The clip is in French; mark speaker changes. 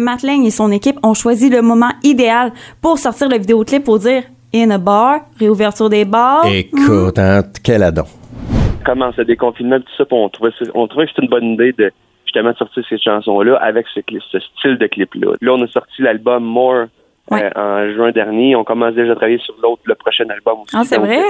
Speaker 1: Matt Lang et son équipe ont choisi le moment idéal pour sortir le vidéoclip pour dire In a bar, réouverture des bars.
Speaker 2: Écoute, hein, quel adon.
Speaker 3: Comment ce déconfinement, tout ça, puis on trouvait, ça- on trouvait que c'était une bonne idée de justement de sortir ces chansons-là avec ce, clip- ce style de clip-là. Là, on a sorti l'album More euh,
Speaker 1: Ouais.
Speaker 3: en juin dernier. On commence déjà à travailler sur l'autre, le prochain album aussi.
Speaker 1: Ah, c'est
Speaker 3: Donc,
Speaker 1: vrai?